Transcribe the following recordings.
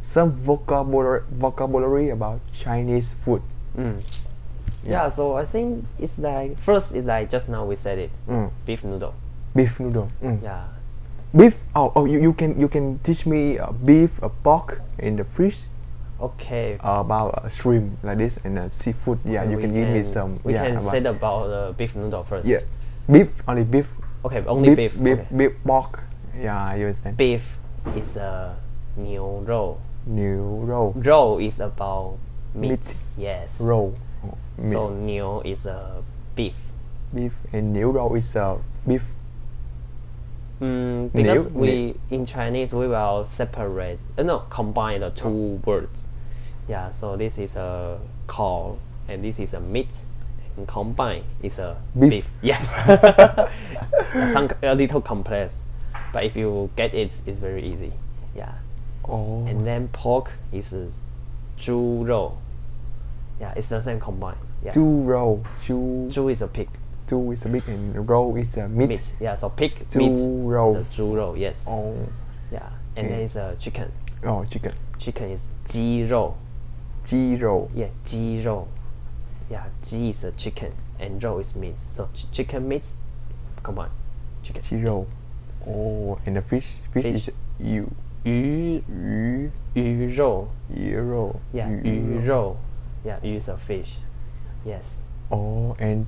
some vocabulary, vocabulary about Chinese food. Mm. Yeah. so I think it's like first is like just now we said it, Mm. beef noodle. Beef noodle. Mm. Yeah, Beef. Oh, oh, you, you can you can teach me uh, beef, uh, pork, and the fish okay. about uh, shrimp like this and uh, seafood. Yeah, you we can give me some. We yeah, can about- say about the beef noodle first. Yeah, beef only beef. Okay, only beef. Beef, okay. beef pork. Yeah, you understand. beef is a new roll. New roll, Roll is about meat. Meat. Yes. roll. Meat. So new is a beef. beef and new roll is uh, beef. Mm, because New- we new- in Chinese we will separate uh, no combine the two words. Yeah, so this is a call and this is a meat. And combine is a Beef. beef. Yes. Some a little complex, but if you get it, it's very easy. Yeah. Oh. and then pork is uh, 猪肉. Yeah, it's the same combined. Yeah. Two roll. Two. 猪 is a pig. Two is a beef and roll is a meat. Meat. Yeah, so pig meat. is 猪肉. a 猪肉, yes. Oh. Yeah. And then it's a chicken. Oh, chicken. Chicken is 鸡肉. Zero. Yeah, 鸡肉. Yeah, 鸡 is a chicken and 肉 is meat. So ch- chicken meat combined. Chicken. Zero. Oh, and the fish. Fish, Fish. is you. 鱼 Yu. 鱼肉. Euro. Yeah, 鱼肉. Yeah, 鱼 is a fish. Yes. Oh, and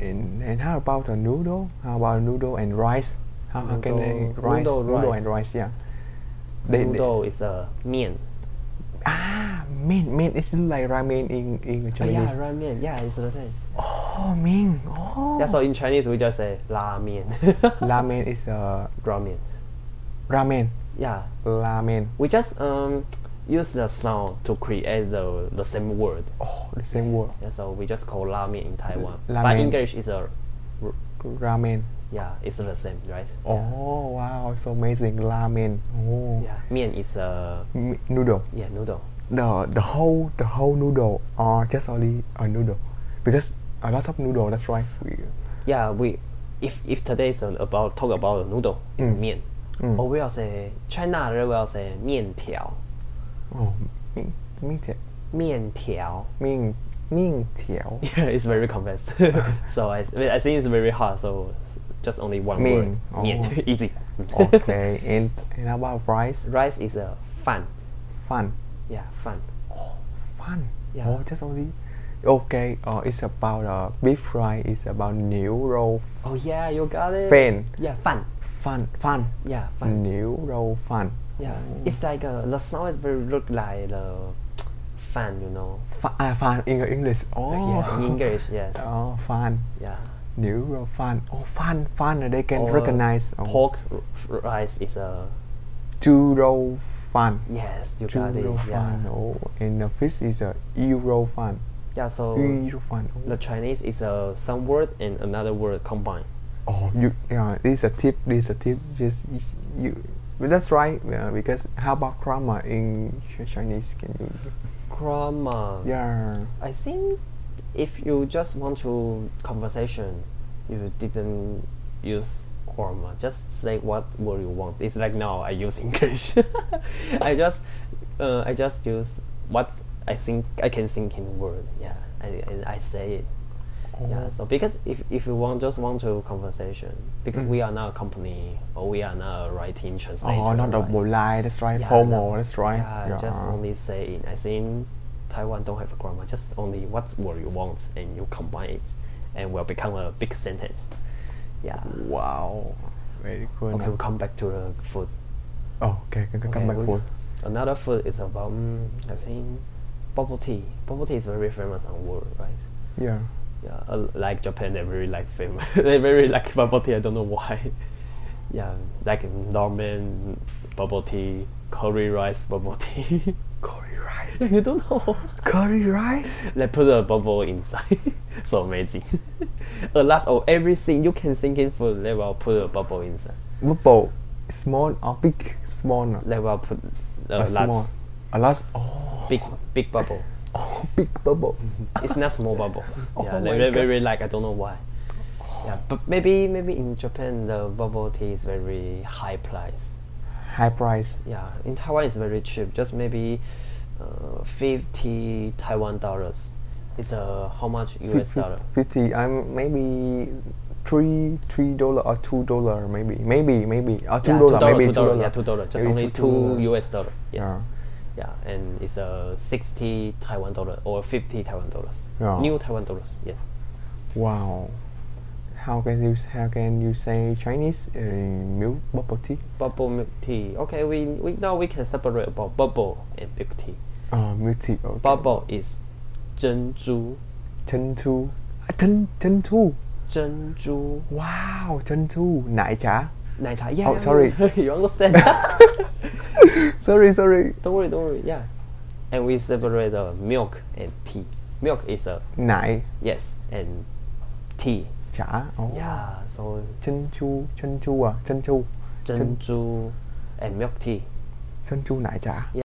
and and how about the noodle? How about noodle and rice? How, how can they Noodle- rice noodle, rice. and rice? Yeah. They, they- Noodle is a 面. ah, mean mean. It's like ramen in in Oh, yeah, Chinese. ramen. Yeah, it's the same. Oh, mean. Oh. Yeah, so in Chinese we just say ramen, Ramen is a ramen. ramen. Yeah, Ramen. we just um use the sound to create the the same word. Oh, the same word. Yeah, so we just call ramen in Taiwan. But Ramen. English is a R- ramen. yeah, it's the same, right? Oh wow, so amazing. Ramen. Oh. Yeah, mian is a M- noodle. yeah noodle. The the whole the whole noodle or just only a noodle, because a lot of noodle. That's right. We, Yeah, we if if today is about talk about noodle, it's Mm. mian. Or we will say China we will say 面条,哦，面面条，面条.面面条， Yeah, it's very complex. so I, I think it's very hard. So just only one Mean. word. Mean. Oh. Easy. Okay, and and how about rice Rice is a fun. fun Yeah, fun. fun Yeah. oh just only okay uh, it's about uh, beef fry it's about 牛肉 Oh yeah, you got it. Fan. Yeah, fun. fun fun Yeah, fun. 牛肉 fun Yeah, it's like uh the sound is very look like the fan, you know. fun ah, fun in English oh Yeah, in English, yes. oh fun Yeah. 牛肉 fun oh fun fun uh, they can Or recognize oh. Pork r- r- rice is a 猪肉 fun yes, you 猪 got it. 肉 Yeah. fun oh and the fish is a 鱼肉 fun Yeah. So 鱼肉 fun oh. the Chinese is a some word and another word combined. oh you yeah this is a tip this is a tip just you, you but that's right yeah, because how about grammar in Ch- chinese can you Grammar. yeah I think if you just want to conversation, you didn't use grammar. Just say what word you want. It's like now I use English. I just uh, I just use what I think I can think in word. Yeah, and, and I say it. Mm-hmm. Yeah. So because if, if you want just want to conversation because Mm-hmm. we are not a company or we are not a writing translator. oh not a right? bolai that's right Yeah, formal no. that's right Yeah, just only say it. I think Taiwan don't have a grammar. Just only what word you want and you combine it, and will become a big sentence. Yeah. wow very cool Okay, we come back to the food. oh, okay, okay, come Okay, back we- cool Another food is about mm, I think bubble tea. Bubble tea is very famous on world, right? yeah Yeah, uh, like Japan, they very like famous. they very like bubble tea. I don't know why. yeah, like ramen bubble tea, curry rice bubble tea. curry rice you don't know. curry rice They put a bubble inside. so amazing. a lot of everything you can think in food, they will put a bubble inside. Bubble, small or big small uh, They will put a or lot small a lot oh, big big bubble. oh big bubble It's not small bubble. Yeah, Oh they my very God. very like I don't know why. Yeah, but maybe maybe in Japan the bubble tea is very high price. high price. Yeah, in Taiwan it's very cheap. Just maybe uh, fifty Taiwan dollars. It's uh, how much US dollar? Fifty. I'm maybe three three dollar or two dollar maybe maybe maybe or two Yeah, dollar maybe two two dollar. dollar. Yeah, two dollar. Just Maybe only two two dollar. US dollar. Yes. Yeah. Yeah, and it's uh, sixty Taiwan dollar or fifty Taiwan dollars. Yeah. New Taiwan dollars. Yes. Wow. How can you how can you say Chinese uh, milk bubble tea? Bubble milk tea. Okay, we, we now we can separate about bubble and milk tea. Uh, milk tea. Okay. Bubble is 珍珠,珍珠. Ah, 珍-珍珠.珍珠 Wow, 珍珠.奶茶.奶茶. Yeah. Oh, yeah, sorry. you understand? Sorry, sorry. don't worry, don't worry. Yeah. And we separate the milk and tea. Milk is a 奶. yes and tea. 茶. Oh. Yeah. So 珍珠. à? 珍珠啊.珍珠.珍-珍珠 and milk tea. 珍珠奶茶.